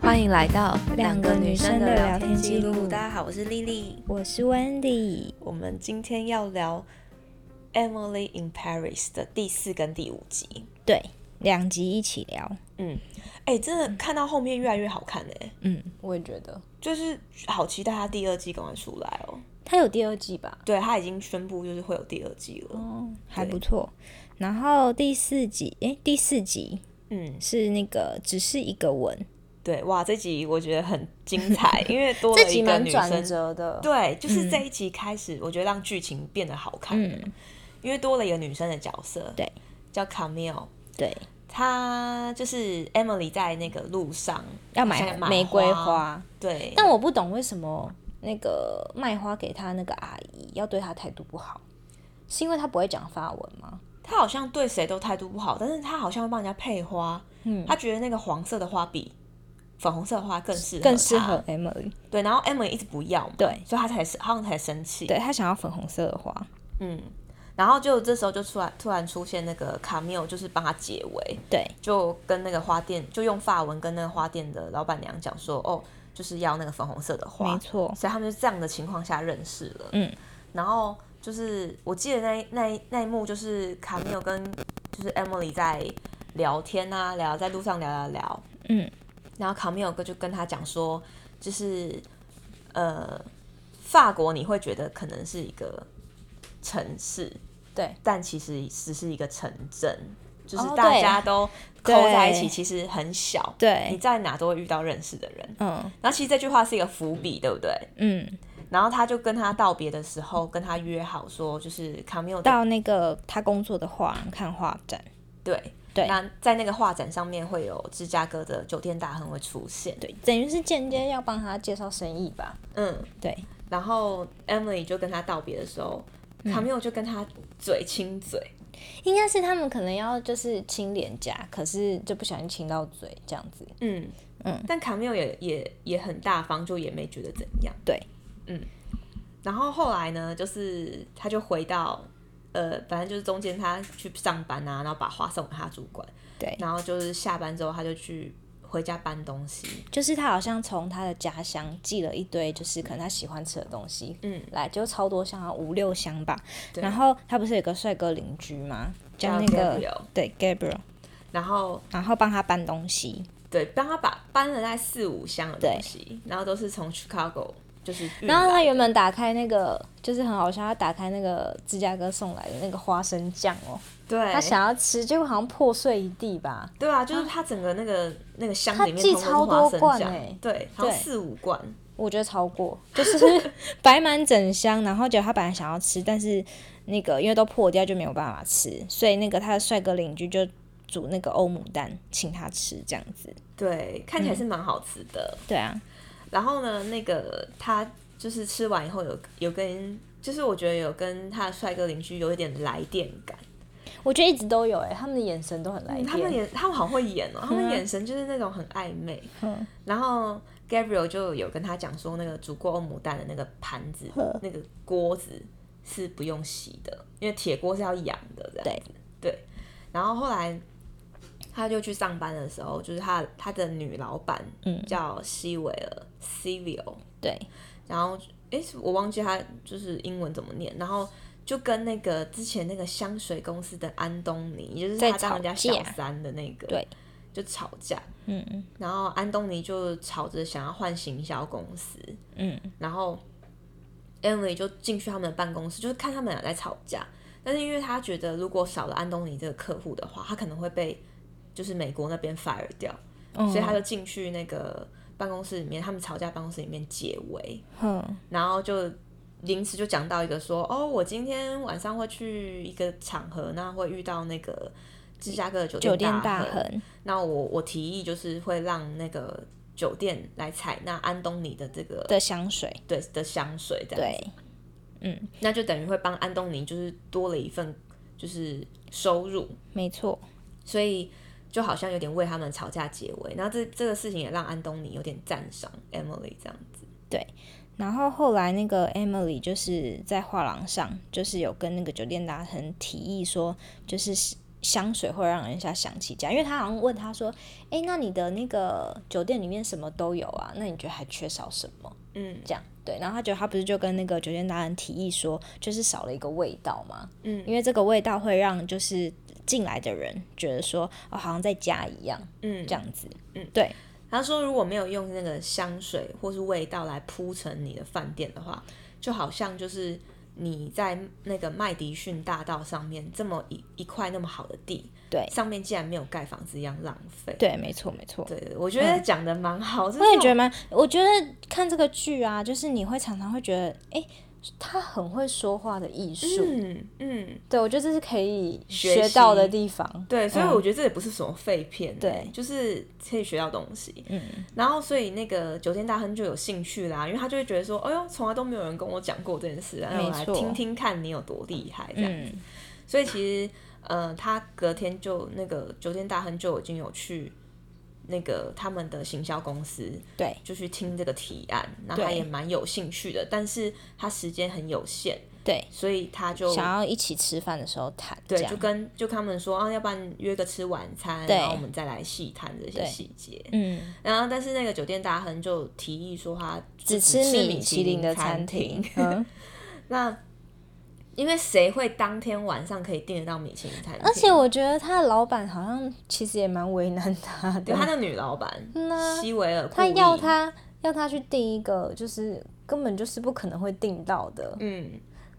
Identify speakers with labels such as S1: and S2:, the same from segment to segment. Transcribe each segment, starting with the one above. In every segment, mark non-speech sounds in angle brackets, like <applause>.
S1: 欢迎来到
S2: 两个女生的聊天记录
S1: 大家好，我是丽丽。
S2: 我是 Wendy，
S1: 我们今天要聊《Emily in Paris》的第四跟第五集。
S2: 对，两集一起聊。
S1: 嗯，哎、真的看到后面越来越好看哎、
S2: 嗯，我也觉得
S1: 就是好期待它第二季赶快出来哦。
S2: 它有第二季吧？
S1: 对，它已经宣布就是会有第二季了。
S2: 哦，还
S1: 对
S2: 不错。然后第四集，诶，第四集
S1: 嗯，
S2: 是那个只是一个吻，
S1: 对，哇，这集我觉得很精
S2: <laughs>
S1: 彩，因为多
S2: 这
S1: 了
S2: 集
S1: 一个
S2: 蛮
S1: 女
S2: 转
S1: 生。
S2: 折的。
S1: 对，就是这一集开始，我觉得让剧情变得好看了，
S2: 嗯，
S1: 因为多了一个女生的角色，
S2: 对，
S1: 叫 Camille。
S2: 对，
S1: 她就是 Emily 在那个路上
S2: 要
S1: 好
S2: 买
S1: 像买
S2: 玫瑰
S1: 花
S2: 花，
S1: 对，
S2: 但我不懂为什么那个卖花给他那个阿姨要对他态度不好，是因为他不会讲法文吗？
S1: 她好像对谁都态度不好，但是她好像会帮人家配花，
S2: 嗯
S1: 她觉得那个黄色的花比粉红色的花更适合，
S2: 更适合。Emily，
S1: 对，然后 Emily 一直不要嘛，
S2: 对
S1: 所以她才好像才生气，
S2: 对，他想要粉红色的花，
S1: 嗯。然后就这时候就突然突然出现那个卡缪，就是帮她解围，
S2: 对，
S1: 就跟那个花店就用法文跟那个花店的老板娘讲说，哦，就是要那个粉红色的花，
S2: 没错，
S1: 所以他们就这样的情况下认识了。
S2: 嗯，
S1: 然后就是我记得那一那一那一幕就是卡米尔跟就是 Emily 在聊天啊，聊在路上聊聊聊，
S2: 嗯，
S1: 然后卡米尔哥就跟他讲说，就是呃，法国你会觉得可能是一个城市，
S2: 对，
S1: 但其实只是一个城镇，就是
S2: 哦
S1: 大
S2: 对
S1: 家都扣在一
S2: 对
S1: 起，其实很小，你
S2: 对，
S1: 在哪都会遇到认识的人。
S2: 嗯
S1: 然后其实这句话是一个伏笔，对不对？
S2: 嗯，
S1: 然后他就跟他道别的时候，跟他约好说，就是卡米尔
S2: 到那个他工作的画廊看画展，
S1: 对
S2: 对
S1: 那在那个画展上面会有芝加哥的酒店大亨会出现，
S2: 对，等于是间接要帮他介绍生意吧，
S1: 嗯，
S2: 对，
S1: 然后 Emily 就跟他道别的时候，
S2: 嗯
S1: 卡米尔就跟他嘴亲嘴，
S2: 应该是他们可能要就是亲脸颊，可是就不小心亲到嘴这样子，
S1: 嗯
S2: 嗯，
S1: 但卡米尔也也也很大方，就也没觉得怎样，
S2: 对，
S1: 嗯，然后后来呢，就是他就回到。呃，反正就是中间他去上班啊，然后把花送给他主管，
S2: 对，
S1: 然后就是下班之后他就去回家搬东西，
S2: 就是他好像从他的家乡寄了一堆，就是可能他喜欢吃的东西
S1: 嗯，
S2: 来，就超多箱，好像五六箱吧，
S1: 对
S2: 然后他不是有个帅哥邻居吗？叫
S1: 叫
S2: 那个
S1: Gabriel
S2: 对 Gabriel，
S1: 然后
S2: 然后帮他搬东西，
S1: 对，帮他把搬了大概四五箱的东西，然后都是从 Chicago 就是运来的，
S2: 然后他原本打开那个，就是很好笑，他打开那个芝加哥送来的那个花生酱哦，
S1: 对
S2: 他想要吃，结果好像破碎一地吧。
S1: 对啊，就是他整个那个那个箱
S2: 他
S1: 里面
S2: 寄
S1: 通通是
S2: 超多
S1: 花生
S2: 罐
S1: 酱
S2: 欸
S1: 对，好像
S2: 对
S1: 四五罐，
S2: 我觉得超过，就是 <laughs> 摆满整箱，然后结果他本来想要吃，但是那个因为都破掉就没有办法吃，所以那个他的帅哥邻居就煮那个欧姆蛋请他吃，这样子。
S1: 对，看起来是蛮好吃的。
S2: 对啊，
S1: 然后呢，那个他就是吃完以后有有跟，就是我觉得有跟他的帅哥邻居有一点来电感，
S2: 我觉得一直都有哎、他们的眼神都很来
S1: 嗯
S2: 电。嗯
S1: 他们眼他们好会演哦，他们眼神就是那种很暧昧。然后 Gabriel 就有跟他讲说，那个煮过欧姆蛋的那个盘子、
S2: 嗯
S1: 那个锅子是不用洗的，因为铁锅是要养的，这样子。对然后后来他就去上班的时候，就是他他的女老板
S2: 嗯
S1: 叫西维尔 Civil，
S2: 对
S1: 然后诶，是我忘记他就是英文怎么念，然后。就跟那个之前那个香水公司的安东尼，也就是
S2: 在
S1: 他当人家
S2: 吵
S1: 小
S2: 架
S1: 三的那个，
S2: 对，
S1: 就吵架。
S2: 嗯嗯
S1: 然后安东尼就吵着想要换行销公司，
S2: 嗯，
S1: 然后 Emily 就进去他们的办公室，就是看他们俩在吵架。但是因为他觉得如果少了安东尼这个客户的话，他可能会被就是美国那边 fire 掉，
S2: 嗯
S1: 所以他就进去那个办公室里面，他们吵架办公室里面解围，
S2: 哼
S1: 然后就临时就讲到一个说，哦，我今天晚上会去一个场合，那会遇到那个芝加哥的酒
S2: 酒
S1: 店大
S2: 店大
S1: 亨。
S2: 亨，
S1: 那我我提议就是会让那个酒店来采纳安东尼的这个
S2: 的香水，
S1: 对的香水，这样子，
S2: 对，
S1: 那就等于会帮安东尼就是多了一份就是收入，
S2: 没错，
S1: 所以就好像有点为他们吵架结尾。然后这这个事情也让安东尼有点赞赏 Emily 这样子，
S2: 然后后来那个 Emily 就是在画廊上，就是有跟那个酒店达人提议说，就是希香水会让人家想起家，因为他好像问他说：“哎、那你的那个酒店里面什么都有啊？那你觉得还缺少什么？”
S1: 嗯
S2: 这样对，然后他觉得他不是就跟那个酒店达人提议说，就是少了一个味道嘛，
S1: 嗯
S2: 因为这个味道会让就是进来的人觉得说，哦，好像在家一样
S1: 嗯
S2: 这。样子，
S1: 他说，如果没有用那个香水或是味道来铺成你的饭店的话，就好像就是你在那个麦迪逊大道上面这么一一块那么好的地，
S2: 对
S1: 上面竟然没有盖房子一样浪费。
S2: 对，没错没错，
S1: 对，对我觉得讲的蛮好，
S2: <laughs> 我也觉得
S1: 得，
S2: 蛮，我觉得看这个剧啊，就是你会常常会觉得，哎、他很会说话的艺术，
S1: 嗯嗯，
S2: 对我觉得这是可以
S1: 学
S2: 学到的
S1: 习
S2: 地方，
S1: 对，所以
S2: 嗯
S1: 我觉得这也不是什么废片，
S2: 对
S1: 就是可以学到东西。
S2: 嗯，
S1: 然后，所以那个酒店大亨就有兴趣啦，因为他就会觉得说，哎呦，从来都没有人跟我讲过这件事啊，那我
S2: 没
S1: 来
S2: 错
S1: 听听看你有多厉害这样。
S2: 嗯
S1: 所以其实，呃，他隔天就那个酒店大亨就已经有去那个他们的行销公司，
S2: 对，
S1: 就去听这个提案，然后他
S2: 对
S1: 也蛮有兴趣的，但是他时间很有限，
S2: 对，
S1: 所以他就
S2: 想要一起吃饭的时候谈，这
S1: 对，
S2: 样
S1: 就跟就跟他们说啊，要不然约个吃晚餐，
S2: 对
S1: 然后我们再来细谈这些细节。
S2: 嗯，
S1: 然后，但是那个酒店大亨就提议说，他
S2: 只
S1: 只
S2: 吃米
S1: 米
S2: 其林的餐
S1: 厅
S2: 厅，，嗯。
S1: 那。因为谁会当天晚上可以订得到米其林餐厅？<laughs>
S2: 而且我觉得他的老板好像其实也蛮为难他的，
S1: 对，他的女老板
S2: 嗯啊
S1: 西维尔，
S2: 他要，他要他去订一个，就是根本就是不可能会订到的，
S1: 嗯，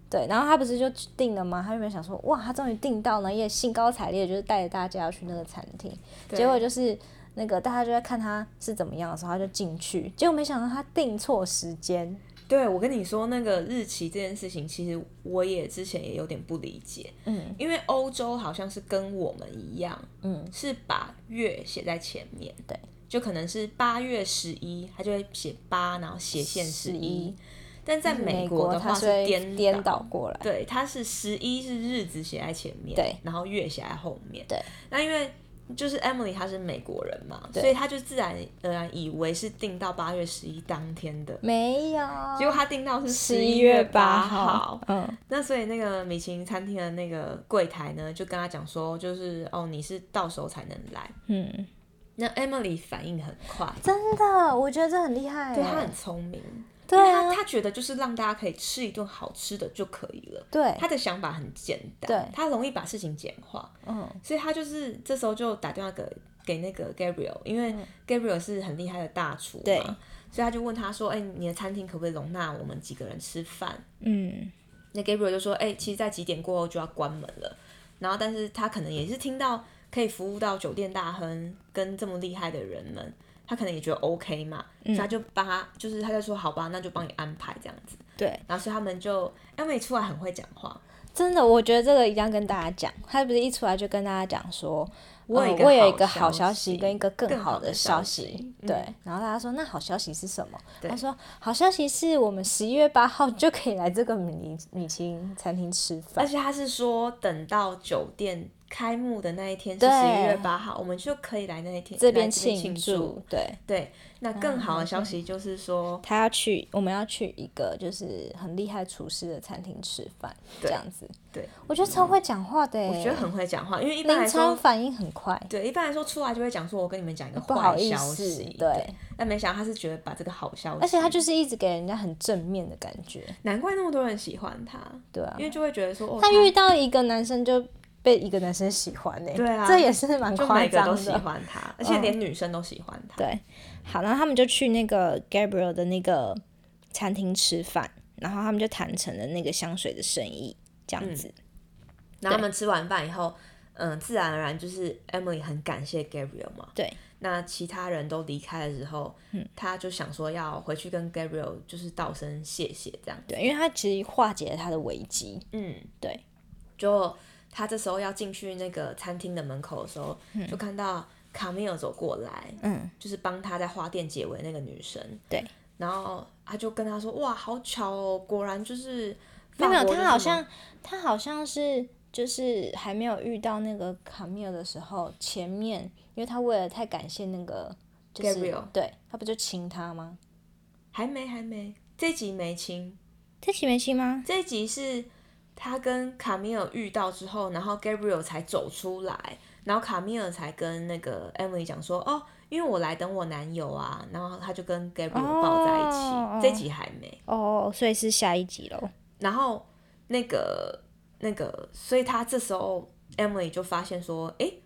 S2: 对。然后他不是就订了吗？他原本想说，哇，他终于订到了，也兴高采烈，就是带着大家要去那个餐厅。
S1: 对
S2: 结果就是那个大家就在看他是怎么样的时候，他就进去，结果没想到他订错时间，
S1: 对我跟你说那个日期这件事情，其实我也之前也有点不理解，
S2: 嗯
S1: 因为欧洲好像是跟我们一样，
S2: 嗯，
S1: 是把月写在前面，
S2: 对，
S1: 就可能是八月十一，他就会写八，然后斜线十一
S2: 11，
S1: 但在美
S2: 美
S1: 国的
S2: 他
S1: 话
S2: 是
S1: 是
S2: 会
S1: 颠
S2: 颠倒过来，
S1: 对，它是十一是日子写在前面，
S2: 对
S1: 然后月写在后面，
S2: 对。
S1: 那因为就是 Emily 她是美国人嘛，
S2: 对
S1: 所以她就自然而然以为是定到八月十一当天的，
S2: 没有，
S1: 结果她定到是
S2: 十
S1: 一
S2: 一
S1: 月
S2: 月
S1: 八
S2: 八号，嗯。
S1: 那所以那个米其林餐厅的那个柜台呢，就跟她讲说，就是哦，你是到时候才能来。
S2: 嗯，
S1: 那 Emily 反应很快，
S2: 真的，我觉得这很厉害欸。
S1: 对她很聪明，
S2: 对
S1: 因为
S2: 啊
S1: 她，她觉得就是让大家可以吃一顿好吃的就可以了。
S2: 对，
S1: 她的想法很简单，
S2: 对
S1: 她容易把事情简化。
S2: 嗯，
S1: 所以他就是这时候就打电话给给那个 Gabriel，因为 Gabriel 是很厉害的大厨嘛，
S2: 嗯对
S1: 所以他就问他说：“哎、你的餐厅可不可以容纳我们几个人吃饭
S2: 嗯，？”
S1: 那 Gabriel 就说：“哎、其实，在几点过后就要关门了。”然后，但是他可能也是听到可以服务到酒店大亨跟这么厉害的人们，他可能也觉得 OK 嘛，
S2: 嗯
S1: 所以他就帮他，就是他就说：“好吧，那就帮你安排这样子。
S2: 对，”
S1: 然后，所以他们就 Emily 出来很会讲话，
S2: 真的，我觉得这个一定要跟大家讲。他不是一出来就跟大家讲说，
S1: 我有
S2: 呃
S1: 一个
S2: 我有一个
S1: 好
S2: 好
S1: 消
S2: 消
S1: 息
S2: 息跟一个更
S1: 更好
S2: 好
S1: 的
S2: 的
S1: 消
S2: 消
S1: 息
S2: 息，
S1: 嗯
S2: 对。然后大家说，那好消息是什么？
S1: 对
S2: 他说，好消息是我们十一月八号就可以来这个米米其林餐厅吃
S1: 而
S2: 饭。
S1: 且他是说，等到酒店开幕的那一天是
S2: 对
S1: 十一月八号，我们就可以来那一天
S2: 这
S1: 来边
S2: 边庆
S1: 祝
S2: 祝。，嗯对
S1: 对，那更好的消息就是说，
S2: 他要去，我们要去一个就是很厉害厨师的餐厅吃饭，
S1: 对
S2: 这样子。
S1: 对，
S2: 我觉得超会讲话的欸，
S1: 我觉得很会讲话，因为一般来
S2: 临场
S1: 说，
S2: 反应很快，
S1: 对，一般来说出来就会讲说，我跟你们讲一个
S2: 不好
S1: 坏
S2: 意
S1: 消
S2: 思
S1: 息，，
S2: 对。
S1: 但没想到他是觉得把这个好消息，
S2: 而且他就是一直给人家很正面的感觉，
S1: 难怪那么多人喜欢他，
S2: 对啊
S1: 因。为就会觉得说，哦，
S2: 他遇到一个男生就被一个男生喜欢呢、
S1: 对啊
S2: 这也是蛮
S1: 他就
S2: 夸
S1: 每个都
S2: 张
S1: 喜
S2: 的。嗯
S1: 欢他，而且连女生都喜欢他，
S2: 对，好，然后他们就去那个 Gabriel 的那个餐厅吃饭，然后他们就谈成了那个香水的生意，这样子。
S1: 嗯然后他们吃完饭以后，嗯，自然而然就是 Emily 很感谢 Gabriel 嘛。
S2: 对。嗯
S1: 那其他人都离开的时候，他就想说要回去跟 Gabriel 就是道声谢谢这样。
S2: 对，因为他其实化解了他的危机。
S1: 嗯，
S2: 对。
S1: 就他这时候要进去那个餐厅的门口的时候，就看到卡米尔走过来，
S2: 嗯，
S1: 就是帮他在花店解围那个女生。
S2: 对。
S1: 然后他就跟他说：“哇，好巧哦，果然就是
S2: 没
S1: 法
S2: 有
S1: 国
S2: 嗯没
S1: 人
S2: 有，
S1: 什么。
S2: 他好像他好像是就是还没有遇到那个卡米尔的时候，前面因为他为了太感谢那个就是
S1: Gabriel
S2: 对他不就亲他吗？
S1: 还没还没，这集没清，
S2: 这期没亲吗？
S1: 这一集是他跟卡米尔遇到之后，然后 Gabriel 才走出来，然后卡米尔才跟那个 Emily 讲说，哦，因为我来等我男友啊，然后他就跟 Gabriel 抱在一起。
S2: 哦
S1: 这集还没，
S2: 哦，所以是下一集喽。
S1: 然后那个那个，所以他这时候 Emily 就发现说，诶，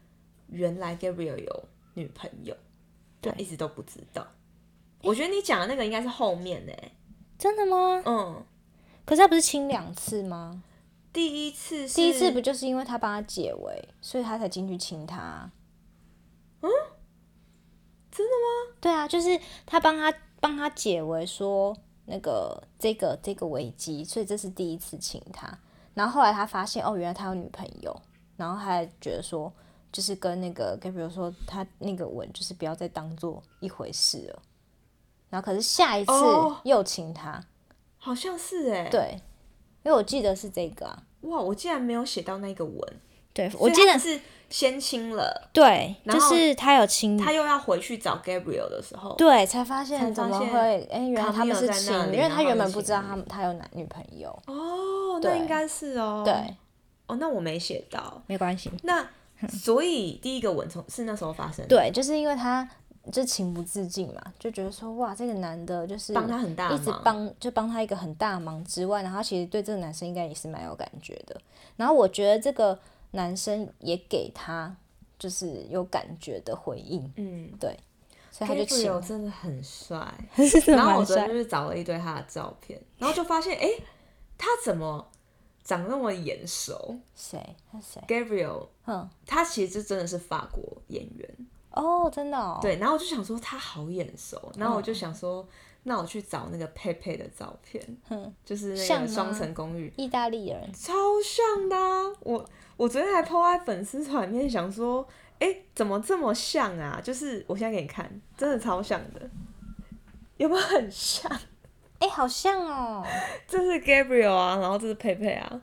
S1: 原来 Gabriel 有女朋友，
S2: 对
S1: 他一直都不知道。我觉得你讲的那个应该是后面呢、
S2: 真的吗？
S1: 嗯，
S2: 可是他不是亲两次吗？
S1: 第一次是
S2: 第一次不就是因为他帮他解围，所以他才进去亲他？
S1: 嗯真的吗？
S2: 对啊，就是他帮他帮他解围说那个这个这个危机，所以这是第一次亲他。然后后来他发现哦，原来他有女朋友，然后他还觉得说，就是跟那个 Gabriel 说他那个吻就是不要再当做一回事了。然后可是下一次
S1: 哦
S2: 又亲他
S1: 好像是哎、
S2: 对，因为我记得是这个啊。
S1: 哇，我竟然没有写到那个文，
S2: 对，
S1: 所
S2: 我
S1: 以
S2: 记
S1: 他
S2: 得
S1: 只是先亲了，
S2: 对，
S1: 然
S2: 就
S1: 后
S2: 是他有亲，
S1: 他又要回去找 Gabriel 的时候，
S2: 对，才发现
S1: 才
S2: 怎
S1: 发
S2: 么
S1: 现
S2: 会？哎、原
S1: 卡
S2: 来他
S1: 米
S2: 们
S1: 尔
S2: 是
S1: 在那
S2: 情侣，
S1: 里
S2: 因为
S1: 然后
S2: 他
S1: 他
S2: 原
S1: 们
S2: 本不
S1: 情
S2: 知道
S1: 侣
S2: 他们他有男女朋友。
S1: 哦，那
S2: 对
S1: 应该是哦，
S2: 对，
S1: 哦，那我没写到，
S2: 没关系。
S1: 那所以第一个吻从是那时候发生的，
S2: 对，就是因为他就情不自禁嘛，就觉得说哇，这个男的就是
S1: 帮他很大
S2: 一直
S1: 忙
S2: 帮就帮他一个很大忙之外，然后他其实对这个男生应该也是蛮有感觉的。然后我觉得这个男生也给他就是有感觉的回应，
S1: 嗯，
S2: 所以他就亲
S1: Gabriel
S2: 了，
S1: 真的很帅，
S2: <laughs> 真的
S1: 然后我
S2: 蛮
S1: 昨天
S2: 帅
S1: 就。是找了一堆他的照片，然后就发现哎、诶他怎么长那么眼熟
S2: 谁？他谁？
S1: ？Gabriel
S2: 嗯，
S1: 他其实就真的是法国演员，
S2: 哦，真的哦。
S1: 对，然后我就想说他好眼熟，然后我就想说，那我去找那个佩佩的照片，
S2: 嗯
S1: 就是那
S2: 像吗
S1: 个双层公寓，
S2: 意大利人，
S1: 超像的啊、我我昨天还 po 在粉丝团里面，想说，哎、怎么这么像啊？就是我现在给你看，真的超像的，有没有很像？ <laughs>
S2: 哎、好像哦。
S1: 这是 Gabriel 啊，然后这是佩佩啊，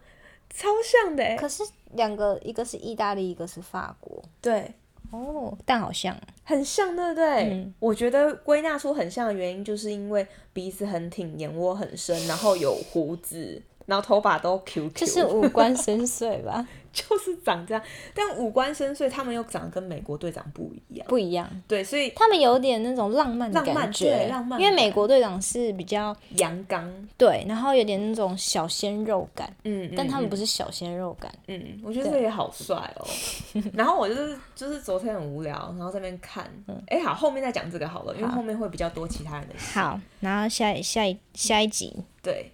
S1: 超像的、欸。
S2: 可是两个，一个是意大利，一个是法国。
S1: 对，
S2: 哦，但好像
S1: 很像，对不对？
S2: 嗯
S1: 我觉得归纳出很像的原因，就是因为鼻子很挺，眼窝很深，然后有胡子，然后头发都 QQ，
S2: 就是五官深邃吧，
S1: <laughs> 就是长这样。但五官深邃，他们又长得跟美国队长不一样。
S2: <laughs> 不一样。
S1: 对，所以
S2: 他们有点那种浪漫的
S1: 浪漫
S2: 感觉，
S1: 对浪漫
S2: 因为美国队长是比较
S1: 阳刚，
S2: 对，然后有点那种小鲜肉感，
S1: 嗯，
S2: 但他们不
S1: 是，
S2: 是小鲜肉感，
S1: 嗯，我觉得这也好帅哦。
S2: <laughs>
S1: 然后我就是就是昨天很无聊，然后在那边看，哎、好，后面再讲这个好了，因为
S2: 嗯好
S1: 后面会比较多其他人的戏。
S2: 好，然后下一下一下一集，
S1: 对，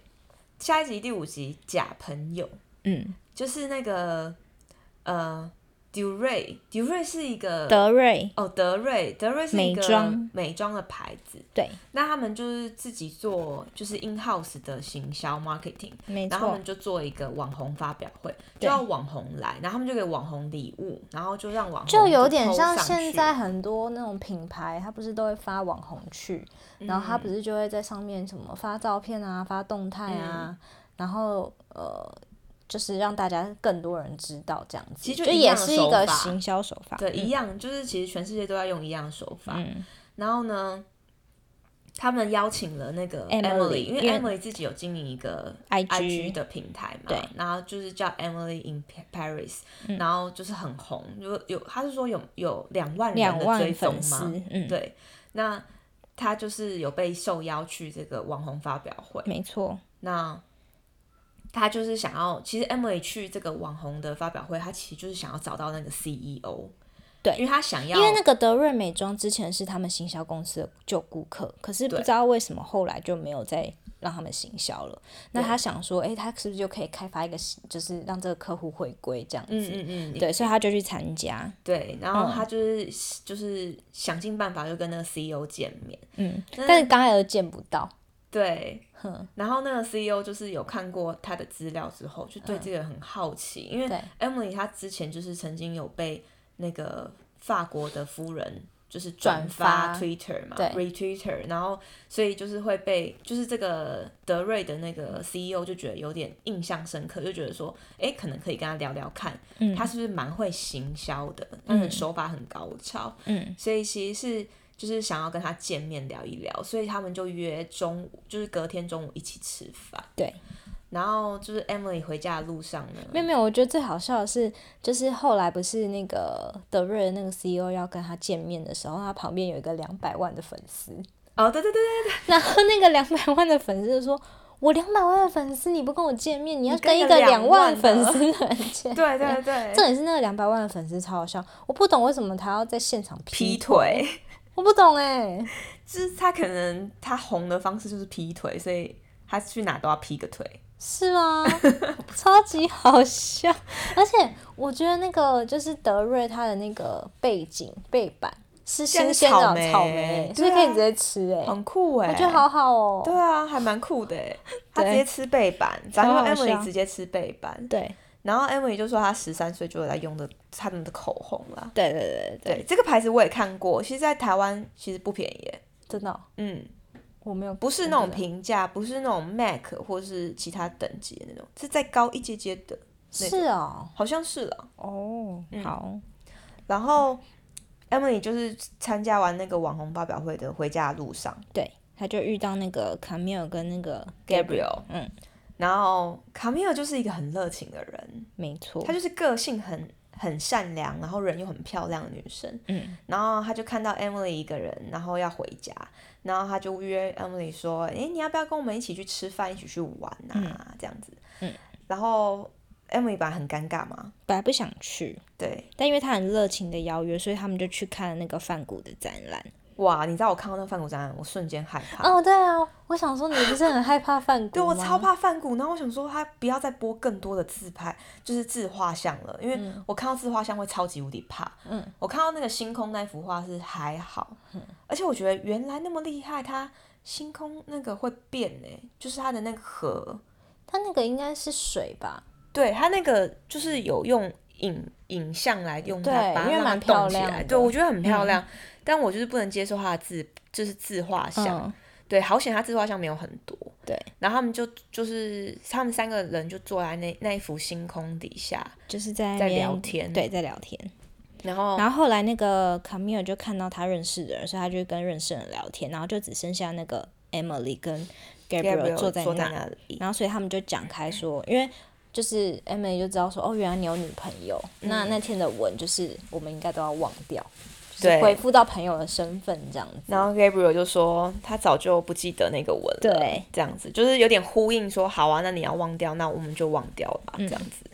S1: 下一集第五集假朋友
S2: 嗯，
S1: 就是那个呃，迪瑞，迪瑞是一个
S2: 德瑞，
S1: 哦，德瑞，德瑞是一
S2: 美
S1: 个
S2: 妆
S1: 美妆的牌子，
S2: 对，
S1: 那他们就是自己做就是 in house 的行销 marketing，
S2: 没
S1: 然后他
S2: 错
S1: 们，就做一个网红发表会，就
S2: 对
S1: 要网红来，然后他们就给网红礼物，然后就让网红
S2: 就有点
S1: po
S2: 像
S1: 上
S2: 现
S1: 去
S2: 在很多那种品牌，它不是都会发网红去，
S1: 嗯
S2: 然后它不是就会在上面什么发照片啊、发动态
S1: 嗯
S2: 啊，然后呃，就是让大家更多人知道这样子，
S1: 其实
S2: 就
S1: 就一
S2: 也
S1: 样的
S2: 是一
S1: 手
S2: 个
S1: 法
S2: 行销手法。
S1: 对一样，就是其实全世界都在用一样的手法。
S2: 嗯，
S1: 然后呢，他们邀请了那个
S2: Emily，
S1: 因为
S2: 因为
S1: Emily 自己有经营一个
S2: IG
S1: IG 的平台嘛，
S2: 嗯对嗯
S1: 然后就是叫 Emily in Paris，、然后就是很红，有有，他是说有有两万人
S2: 两
S1: 的
S2: 万
S1: 追踪
S2: 粉丝
S1: 嘛，，
S2: 嗯，
S1: 对，那他就是有被受邀去这个网红发表会，
S2: 没错，
S1: 那他就是想要，其实 Emily 去这个网红的发表会，他其实就是想要找到那个 CEO，
S2: 对
S1: 因为他想要，
S2: 因为那个德瑞美妆之前是他们行销公司的旧顾客，可是不
S1: 对
S2: 知道为什么后来就没有再让他们行销了。那
S1: 对
S2: 他想说，哎、他是不是就可以开发一个新，就是让这个客户回归这样子？
S1: 嗯嗯嗯，
S2: 对，嗯所以他就去参加。
S1: 对，然后他就是、就是想尽办法就跟那个 CEO 见面，
S2: 嗯，
S1: 那
S2: 但是刚才都见不到。
S1: 对，
S2: 哼，
S1: 然后那个 CEO 就是有看过他的资料之后，就对这个很好奇，因为
S2: 嗯对
S1: Emily 她之前就是曾经有被那个法国的夫人。就是转
S2: 转
S1: 发
S2: 发
S1: Twitter 嘛
S2: 对
S1: ，retweeter，然后所以就是会被，就是这个德瑞的那个 CEO 就觉得有点印象深刻，就觉得说，哎，可能可以跟他聊聊看，
S2: 嗯
S1: 他是不是蛮会行销的，他的
S2: 嗯
S1: 手法很高超，
S2: 嗯，
S1: 所以其实是就是想要跟他见面聊一聊，所以他们就约中午，就是隔天中午一起吃饭。
S2: 对，
S1: 然后就是 Emily 回家的路上呢，
S2: 没有没有，我觉得最好笑的是，就是后来不是那个德瑞的那个 CEO 要跟他见面的时候，他旁边有一个两百万的粉 <laughs> 丝，
S1: 哦，对对对对
S2: 然后那个两百万的粉丝就说：“我两百万的粉丝，你不跟我见面，你要跟一个两万粉丝的人见 <laughs> 面。”
S1: 对对对，
S2: 重点是那个两百万的粉丝超好笑，我不懂为什么他要在现场
S1: 劈
S2: 劈
S1: 腿，
S2: 我不懂哎、
S1: 就是他可能他红的方式就是劈腿，所以他去哪都要劈个腿。
S2: 是吗？ <laughs> 超级好笑，而且我觉得那个就是德瑞他的那个背景背板是
S1: 竟然
S2: 新
S1: 是
S2: 鲜的
S1: 草
S2: 草
S1: 莓对
S2: 莓，
S1: 啊
S2: 所以可以直接吃哎、
S1: 很酷哎、
S2: 我觉得好好哦、
S1: 对啊，还蛮酷的
S2: <laughs>
S1: 哎。他直
S2: 对
S1: 接吃背板，咱
S2: 超
S1: 们
S2: 好
S1: Emily
S2: 笑
S1: 直接吃背板，
S2: 对
S1: 然后 Emily 就说她十三岁就有在用的他们的口红啦。
S2: 对对对对
S1: 对，这个牌子我也看过，其实，在台湾其实不便宜耶。
S2: 真的哦、
S1: 嗯，
S2: 我没有，
S1: 不是那
S2: 我
S1: 种
S2: 不知道
S1: 平价，不是那种 MAC 或是其他等级的那种，是再高一阶阶的，那
S2: 是哦、
S1: 好像是了。
S2: 哦、好，
S1: 然后 Emily 就是参加完那个网红发表会的回家的路上
S2: 对，他就遇到那个卡米尔跟那个
S1: ，Gabriel，
S2: 嗯，
S1: 然后 Camille 就是一个很热情的人，
S2: 没错
S1: 她，就是个性很很善良，然后人又很漂亮的女生。
S2: 嗯，
S1: 然后她就看到 Emily 一个人，然后要回家，然后她就约 Emily 说：“诶，你要不要跟我们一起去吃饭，一起去玩啊？这样子。”
S2: 嗯，
S1: 然后 Emily 本来很尴尬嘛，
S2: 本来不想去，
S1: 对，
S2: 但因为他很热情的邀约，所以他们就去看那个梵谷的展览。
S1: 哇，你知道我看到那个梵谷展览，我瞬间害怕。
S2: 哦，对啊，我想说你不是很害怕梵 <laughs> 谷
S1: 对我
S2: 吗
S1: 超怕梵谷，然后我想说他不要再播更多的自拍，就是自画像了，因为我看到自画像会超级无敌怕。
S2: 嗯，
S1: 我看到那个星空那幅画是还好，而且我觉得原来那么厉害，它星空那个会变呢、就是它的那个河，
S2: 它那个应该是水吧？
S1: 对它那个就是有用影影像来用它
S2: 对
S1: 把它
S2: 因
S1: 让
S2: 为
S1: 它
S2: 蛮漂
S1: 动起
S2: 亮
S1: 来，
S2: 的嗯
S1: 对我觉得很漂亮，但我就是不能接受它的自就是自画像，
S2: 嗯，
S1: 对，好险他自画像没有很多。
S2: 对，
S1: 然后他们就就是他们三个人就坐在那那一幅星空底下
S2: 就是在
S1: 在
S2: 那边
S1: 聊天，，哦
S2: 对，在聊天。
S1: 然后
S2: 然后后来那个卡米尔就看到他认识的人，所以他就跟认识的人聊天，然后就只剩下那个 Emily 跟 Gabriel
S1: Gabriel
S2: 坐在
S1: 坐在
S2: 那，
S1: 那里，
S2: 然后所以他们就讲开说，因为。就是 Emily 就知道说哦，原来你有女朋友。
S1: 嗯
S2: 那那天的吻就是我们应该都要忘掉，就是
S1: 对
S2: 恢复到朋友的身份这样子。
S1: 然后 Gabriel 就说他早就不记得那个吻了，
S2: 对，
S1: 这样子就是有点呼应说好啊，那你要忘掉，那我们就忘掉吧，
S2: 嗯
S1: 这样子。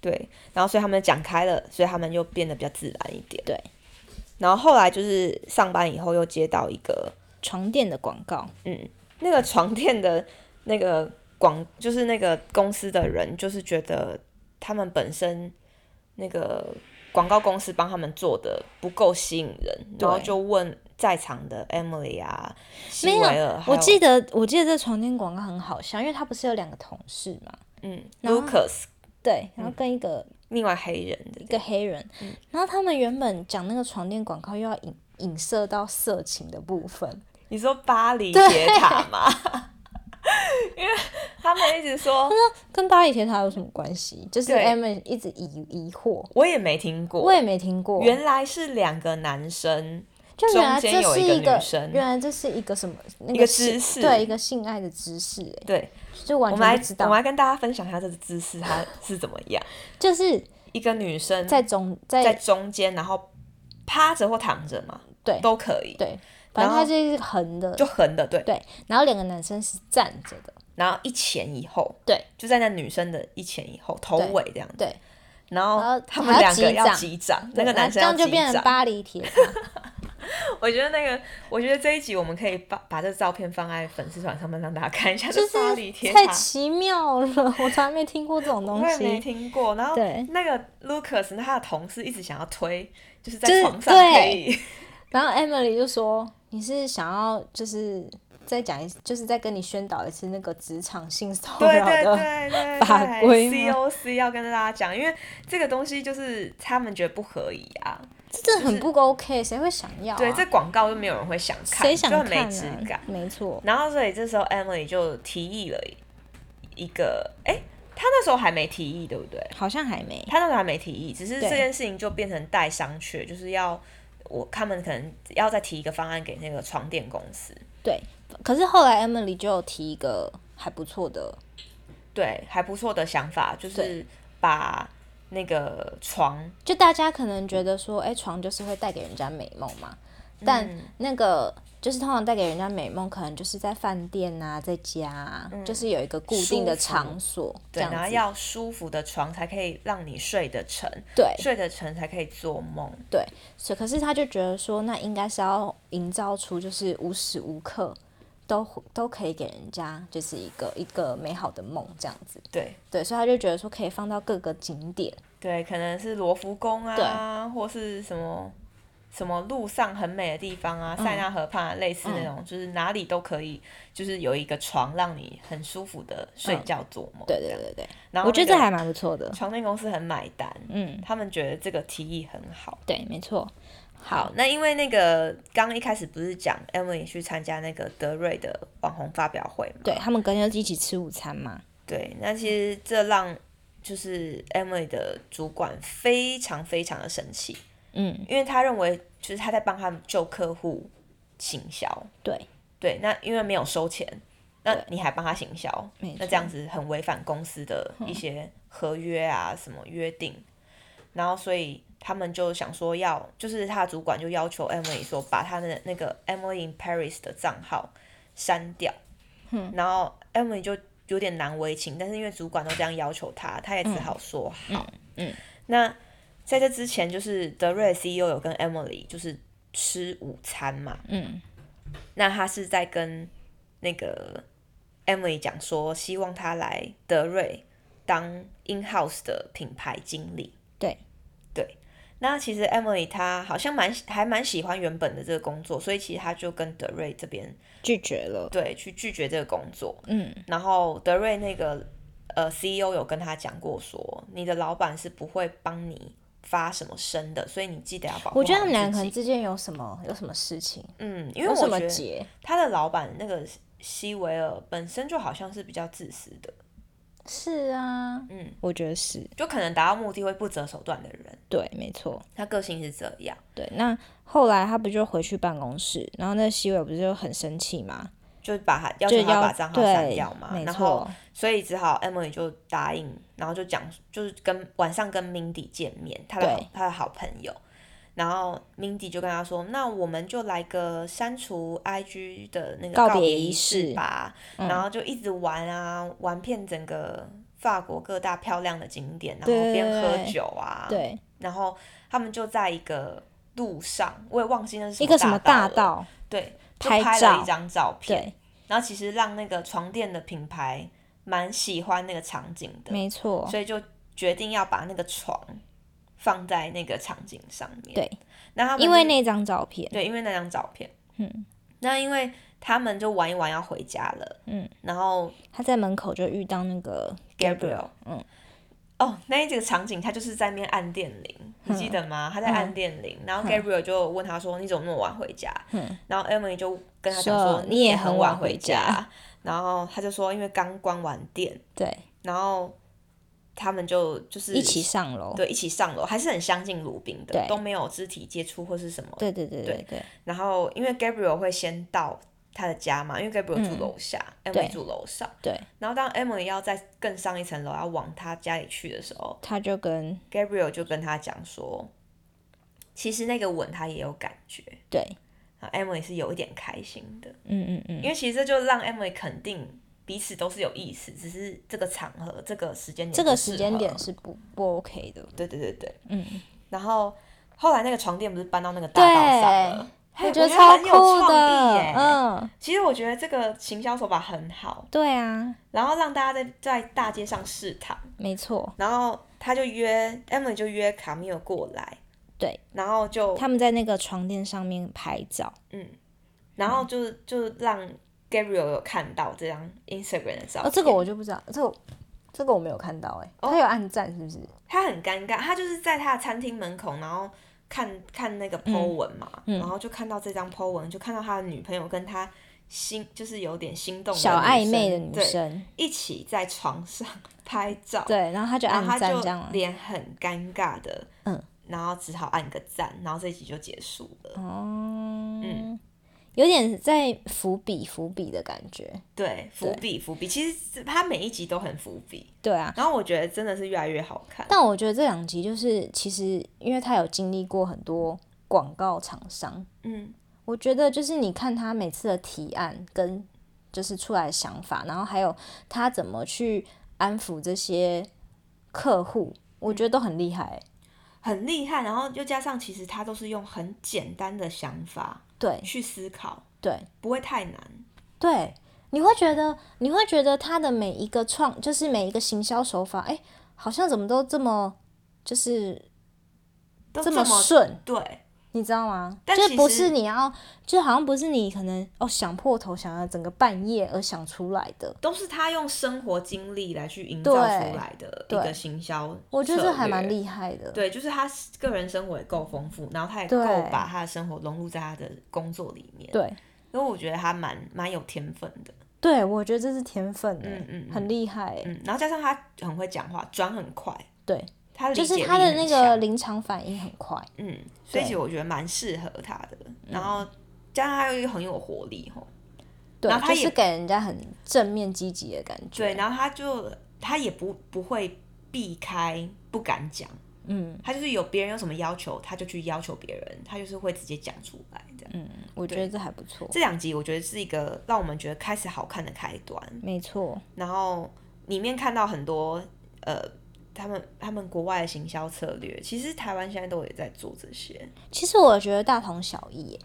S1: 对，然后所以他们讲开了，所以他们就变得比较自然一点。
S2: 对，
S1: 然后后来就是上班以后又接到一个
S2: 床垫的广告，
S1: 嗯，那个床垫的那个广，就是那个公司的人，就是觉得他们本身那个广告公司帮他们做的不够吸引人，然后
S2: 对
S1: 就问在场的 Emily 啊、希
S2: 没有
S1: 维尔，
S2: 我记
S1: 得
S2: 得我记得这床垫广告很好笑，因为他不是有两个同事嘛，
S1: 嗯
S2: 然后
S1: ，Lucas
S2: 对，然后
S1: 嗯
S2: 跟一个、
S1: 另外黑人的
S2: 一个黑人，
S1: 嗯
S2: 然后他们原本讲那个床垫广告又要影影射到色情的部分，
S1: 你说巴黎铁塔吗？因为 <laughs> 他们一直
S2: <laughs>
S1: 说，
S2: 跟巴黎铁塔有什么关系？就是
S1: 对
S2: Emma 一直疑疑惑，
S1: 我也没听过
S2: 我，也没听过，
S1: 原来是两个男生，
S2: 就原来
S1: 中
S2: 这
S1: 间有
S2: 是
S1: 一个
S2: 一个
S1: 女生
S2: 原来这是一个什么那
S1: 一个
S2: 性
S1: 知识
S2: 对一个性爱的知识、哎，
S1: 对，
S2: 就完
S1: 我们来
S2: 全不知
S1: 我们
S2: 道，
S1: 来跟大家分享一下这个姿势它是怎么样。
S2: 就是
S1: 一个女生
S2: 在中
S1: 在
S2: 在
S1: 中间，然后趴着或躺着嘛，
S2: 对
S1: 都可以，
S2: 对，
S1: 然
S2: 反正
S1: 后
S2: 它就是一个横的，
S1: 就横的，对，
S2: 对，然后两个男生是站着的，
S1: 然后一前一后，
S2: 对，
S1: 就在那女生的一前一后，头
S2: 对
S1: 尾这样子，
S2: 对。
S1: 然
S2: 然
S1: 后
S2: 后
S1: 他们
S2: 还要
S1: 两个
S2: 击
S1: 要
S2: 掌
S1: 击掌，那
S2: 对
S1: 个
S2: 那
S1: 男生
S2: 这
S1: 要
S2: 样就
S1: 击
S2: 变成
S1: 掌。
S2: 巴黎铁塔。
S1: 我觉得那个，我觉得这一集我们可以把把这个照片放在粉丝团上面让大家看一
S2: <laughs>
S1: 下，
S2: 就
S1: 这 <laughs> 巴黎
S2: 是
S1: 铁
S2: 太
S1: 塔。
S2: 奇妙了，我从来没听过这种东
S1: 我也没
S2: 西。
S1: 听过，然后
S2: 对
S1: 那个 Lucas 他的同事一直想要推，就是在
S2: 就是
S1: 床上
S2: 对
S1: 可以，
S2: 然后 Emily 就说：“你是想要就是再讲一，就是再跟你宣导一次那个职场性骚
S1: <laughs> 对
S2: 扰
S1: 对
S2: 的。
S1: 对对
S2: 法
S1: 对
S2: 规吗
S1: ，COC 要跟大家讲，因为这个东西就是他们觉得不合理啊，”
S2: 这真的很不 OK，谁会想要、啊？
S1: 对，这广告就没有人会想看，
S2: 谁想
S1: 就
S2: 看、
S1: 很
S2: 啊？
S1: 没质感。
S2: 没错，
S1: 然后所以这时候 Emily 就提议了一个，哎，他那时候还没提议，对不对？
S2: 好像还没。
S1: 他那时候还没提议，只是这
S2: 对
S1: 件事情就变成待商榷，就是要我他们可能要再提一个方案给那个床垫公司。
S2: 对，可是后来 Emily 就有提一个还不错的
S1: 对，还不错的想法，就是
S2: 对
S1: 把那个床，
S2: 就大家可能觉得说，哎、床就是会带给人家美梦嘛，但
S1: 嗯
S2: 那个就是通常带给人家美梦，可能就是在饭店啊，在家、啊，就是有一个固定的
S1: 嗯舒服
S2: 场所这
S1: 对，
S2: 样
S1: 然后
S2: 子。
S1: 要舒服的床才可以让你睡得沉，
S2: 对
S1: 睡得沉才可以做梦。
S2: 对，所以可是他就觉得说，那应该是要营造出就是无时无刻都都可以给人家就是一个一个美好的梦这样子。
S1: 对
S2: 对，所以他就觉得说可以放到各个景点，
S1: 对，可能是罗浮宫啊，或是什么。什么路上很美的地方啊，
S2: 嗯
S1: 塞纳河畔啊、类似那种，就是哪里都可以，就是有一个床让你很舒服的睡觉做梦。
S2: 嗯对对
S1: 这样
S2: 对对对，
S1: 然后
S2: 我觉得
S1: 那
S2: 这
S1: 个
S2: 还蛮不错的。
S1: 床垫公司很买单，
S2: 嗯，
S1: 他们觉得这个提议很好。
S2: 对，没错。
S1: 好，那因为那个刚一开始不是讲 Emily 去参加那个德瑞的网红发表会嘛？
S2: 对他们隔天就一起吃午餐嘛，
S1: 对，那其实这让就是 Emily 的主管非常非常的生气，
S2: 嗯，
S1: 因为他认为就是他在帮他们救客户行销，
S2: 对，
S1: 对，那因为没有收钱，那
S2: 对
S1: 你还帮他行销，
S2: 没
S1: 那
S2: 错
S1: 这样子很违反公司的一些合约啊、什么约定，然后所以他们就想说要，就是他的主管就要求 Emily 说把他的那个 Emily in Paris 的账号删掉，然后 Emily 就有点难为情，但是因为主管都这样要求他，他也只好说好，
S2: 嗯嗯
S1: 那在这之前，就是德瑞的 CEO 有跟 Emily 就是吃午餐嘛，
S2: 嗯，
S1: 那他是在跟那个 Emily 讲说，希望他来德瑞当 in house 的品牌经理。
S2: 对，
S1: 对。那其实 Emily 她好像蛮还蛮喜欢原本的这个工作，所以其实她就跟德瑞这边
S2: 拒绝了，
S1: 对去拒绝这个工作。
S2: 嗯，
S1: 然后德瑞那个呃 CEO 有跟他讲过说，你的老板是不会帮你发什么声的，所以你记得要哦保护好
S2: 我觉得他
S1: 你
S2: 们两个
S1: 自
S2: 可
S1: 己
S2: 能之间有什么有什么事情，
S1: 嗯，因为
S2: 有
S1: 我
S2: 什
S1: 觉
S2: 么
S1: 得嗯
S2: 结，
S1: 他的老板那个西维尔本身就好像是比较自私的，
S2: 是啊，
S1: 嗯，
S2: 我觉得是
S1: 就可能达到目的会不择手段的人，
S2: 对，没错。
S1: 他个性是这样。
S2: 对，那后来他不就回去办公室，然后那西维尔不是就很生气嘛，
S1: 就是把他要
S2: 就
S1: 求他
S2: 要
S1: 把账号删
S2: 对
S1: 掉嘛，，
S2: 没
S1: 然后
S2: 错，
S1: 所以只好 Emily 就答应，然后就讲就是跟晚上跟 Mindy 见面，他的
S2: 对
S1: 好他的好朋友，然后 Mindy 就跟他说，那我们就来个删除 IG 的那个
S2: 告别
S1: 别
S2: 仪
S1: 式
S2: 式嗯
S1: 吧，然后就一直玩啊，玩遍整个法国各大漂亮的景点，然后
S2: 对对
S1: 边喝
S2: 对
S1: 酒啊，
S2: 对，
S1: 然后他们就在一个路上，我也忘记那是
S2: 一个什么
S1: 大
S2: 大
S1: 了，
S2: 道，
S1: 对，就
S2: 拍
S1: 拍了
S2: 照
S1: 一张照片，
S2: 对，
S1: 然后其实让那个床垫的品牌蛮喜欢那个场景的，
S2: 没错，
S1: 所以就决定要把那个床放在那个场景上面。
S2: 对，
S1: 那他们
S2: 因为
S1: 就
S2: 那张照片，
S1: 对，因为那张照片，
S2: 嗯，
S1: 那因为他们就玩一玩要回家了，
S2: 嗯，
S1: 然后
S2: 他在门口就遇到那个
S1: Gabriel，
S2: 嗯，
S1: 哦，那一个场景他就是在那边按电铃，
S2: 嗯
S1: 你记得吗？他在按电铃，然后 Gabriel 就问他说：“你怎么那么晚回家？”
S2: 嗯
S1: 然后 Emily 就跟他讲说
S2: 说：“
S1: 你
S2: 你也
S1: 很
S2: 很
S1: 晚
S2: 晚
S1: 回
S2: 回家
S1: 家。”然后他就说：“因为刚关完店。
S2: 对，”
S1: 然后他们就就是
S2: 一起上楼，
S1: 对一起上楼，还是很相敬如宾的，
S2: 对
S1: 都没有肢体接触或是什么。
S2: 对对对
S1: 对
S2: 对对，
S1: 然后因为 Gabriel 会先到他的家嘛，因为 Gabriel 住楼下、e m i l y
S2: 嗯对
S1: 住楼上。
S2: 对，
S1: 然后当 Emily 要再更上一层楼，要往他家里去的时候
S2: 他就跟
S1: ，Gabriel 就跟他讲说，其实那个吻他也有感觉。
S2: 对，
S1: 然后 Emily 是有一点开心的，
S2: 嗯嗯
S1: 因
S2: 嗯，
S1: 为其实这就让 Emily 肯定彼此都是有意思，只是这个场合、这个时间点、
S2: 这个时间点，是不不 OK 的，
S1: 对对对对。
S2: 嗯，
S1: 然后后来那个床垫不是搬到那个大道上了，嘿
S2: 我觉得超
S1: 很有
S2: 酷
S1: 创意
S2: 的
S1: 耶。，
S2: 嗯，
S1: 其实我觉得这个行销手法很好，
S2: 对啊，
S1: 然后让大家在在大街上试探，
S2: 没错，
S1: 然后他就约 Emily 就约卡米尔过来，
S2: 对，
S1: 然后就
S2: 他们在那个床垫上面拍照，
S1: 嗯，然后就就让 Gabriel 有看到这张 Instagram 的照片，
S2: 哦，这个我就不知道，这个这个我没有看到哎、
S1: 哦
S2: 他有暗赞是不是？
S1: 他很尴尬，他就是在他的餐厅门口，然后看看那个
S2: 嗯
S1: po 文嘛，然后就看到这张 po 文，就看到他的女朋友跟他心就是有点心动的
S2: 小暧昧的
S1: 女生
S2: 女
S1: 对
S2: 生，
S1: 一起在床上 <laughs> 拍照，
S2: 对，然后他就
S1: 然
S2: 暗
S1: 后他
S2: 赞
S1: 就
S2: 这样啊，
S1: 脸很尴尬的，
S2: 嗯，
S1: 然后只好按个赞，然后这一集就结束了。
S2: 哦，
S1: 嗯
S2: 有点在伏笔伏笔的感觉。
S1: 对，伏笔伏笔，其实它每一集都很伏笔。
S2: 对啊，
S1: 然后我觉得真的是越来越好看。
S2: 但我觉得这两集就是其实因为他有经历过很多广告厂商，
S1: 嗯，
S2: 我觉得就是你看他每次的提案跟就是出来的想法，然后还有他怎么去安抚这些客户，我
S1: 嗯
S2: 觉得都很厉害欸、
S1: 很厉害。然后又加上，其实他都是用很简单的想法
S2: 对
S1: 去思考，
S2: 对，
S1: 不会太难。
S2: 对，你会觉得你会觉得他的每一个创，就是每一个行销手法，哎，好像怎么都这么就是
S1: 都
S2: 这
S1: 么
S2: 么顺，
S1: 对，
S2: 你知道吗？
S1: 但
S2: 就
S1: 其
S2: 是不
S1: 实
S2: 是你要，就好像不是你可能哦想破头想要整个半夜而想出来的，
S1: 都是他用生活经历来去营造
S2: 对
S1: 出来的一
S2: 对
S1: 个行销。
S2: 我觉得这还蛮。厉害的。
S1: 对，就是他个人生活也够丰富，然后他也够
S2: 对
S1: 把他的生活融入在他的工作里面。
S2: 对
S1: 所以我觉得他蛮蛮有天分的。
S2: 对，我觉得这是天分哎、
S1: 嗯嗯嗯
S2: 很厉害哎、
S1: 嗯，然后加上他很会讲话，转很快，
S2: 对，
S1: 他理
S2: 就
S1: 解
S2: 是
S1: 力
S2: 他的
S1: 很
S2: 那个
S1: 强
S2: 临场反应很快，
S1: 嗯，所以
S2: 对嗯
S1: 其实我觉得蛮适合他的。然后加上他又很有活力吼，
S2: 对
S1: 然，后他
S2: 就
S1: 也
S2: 是给人家很正面积极的感觉。
S1: 对，然后他就他也不不会避开不敢讲，
S2: 嗯，
S1: 他就是有别人有什么要求，他就去要求别人，他就是会直接讲出来这样。
S2: 嗯我觉得这还不错，
S1: 这两集我觉得是一个让我们觉得开始好看的开端，
S2: 没错。
S1: 然后里面看到很多呃。他们他们国外的行销策略，其实台湾现在都也在做这些，
S2: 其实我觉得大同小异耶，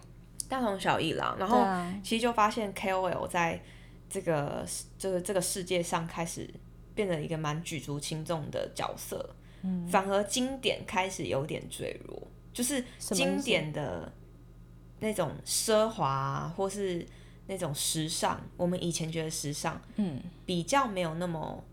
S1: 大同小异啦。然
S2: 对
S1: 后
S2: 啊，
S1: 其实就发现 KOL 在这个就是这个世界上开始变得一个蛮举足轻重的角色，
S2: 嗯
S1: 反而经典开始有点坠落，就是
S2: 什么意
S1: 经
S2: 思
S1: 典的那种奢华啊或是那种时尚，我们以前觉得时尚
S2: 嗯
S1: 比较没有那么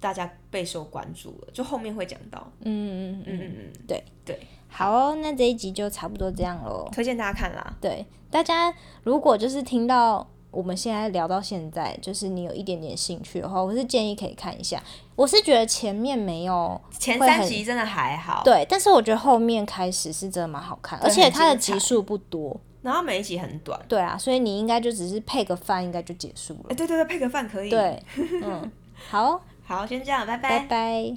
S1: 大家备受关注了，就后面会讲到，
S2: 嗯
S1: 嗯
S2: 嗯嗯，
S1: 嗯嗯，
S2: 对
S1: 对，
S2: 好哦，那这一集就差不多这样喽。
S1: 推荐大家看啦，
S2: 对，大家如果就是听到我们现在聊到现在，就是你有一点点兴趣的话，我是建议可以看一下。我是觉得前面没有
S1: 前
S2: 会
S1: 三
S2: 很
S1: 集真的还好，
S2: 对，但是我觉得后面开始是真的蛮好看，而且
S1: 很
S2: 它的
S1: 精
S2: 集
S1: 彩
S2: 数不多，
S1: 然后每一集很短，
S2: 对啊，所以你应该就只是配个饭，应该就结束
S1: 哎、
S2: 了。
S1: 对对对，配个饭可以，
S2: 对，嗯，好，
S1: 好，先这样，拜
S2: 拜拜。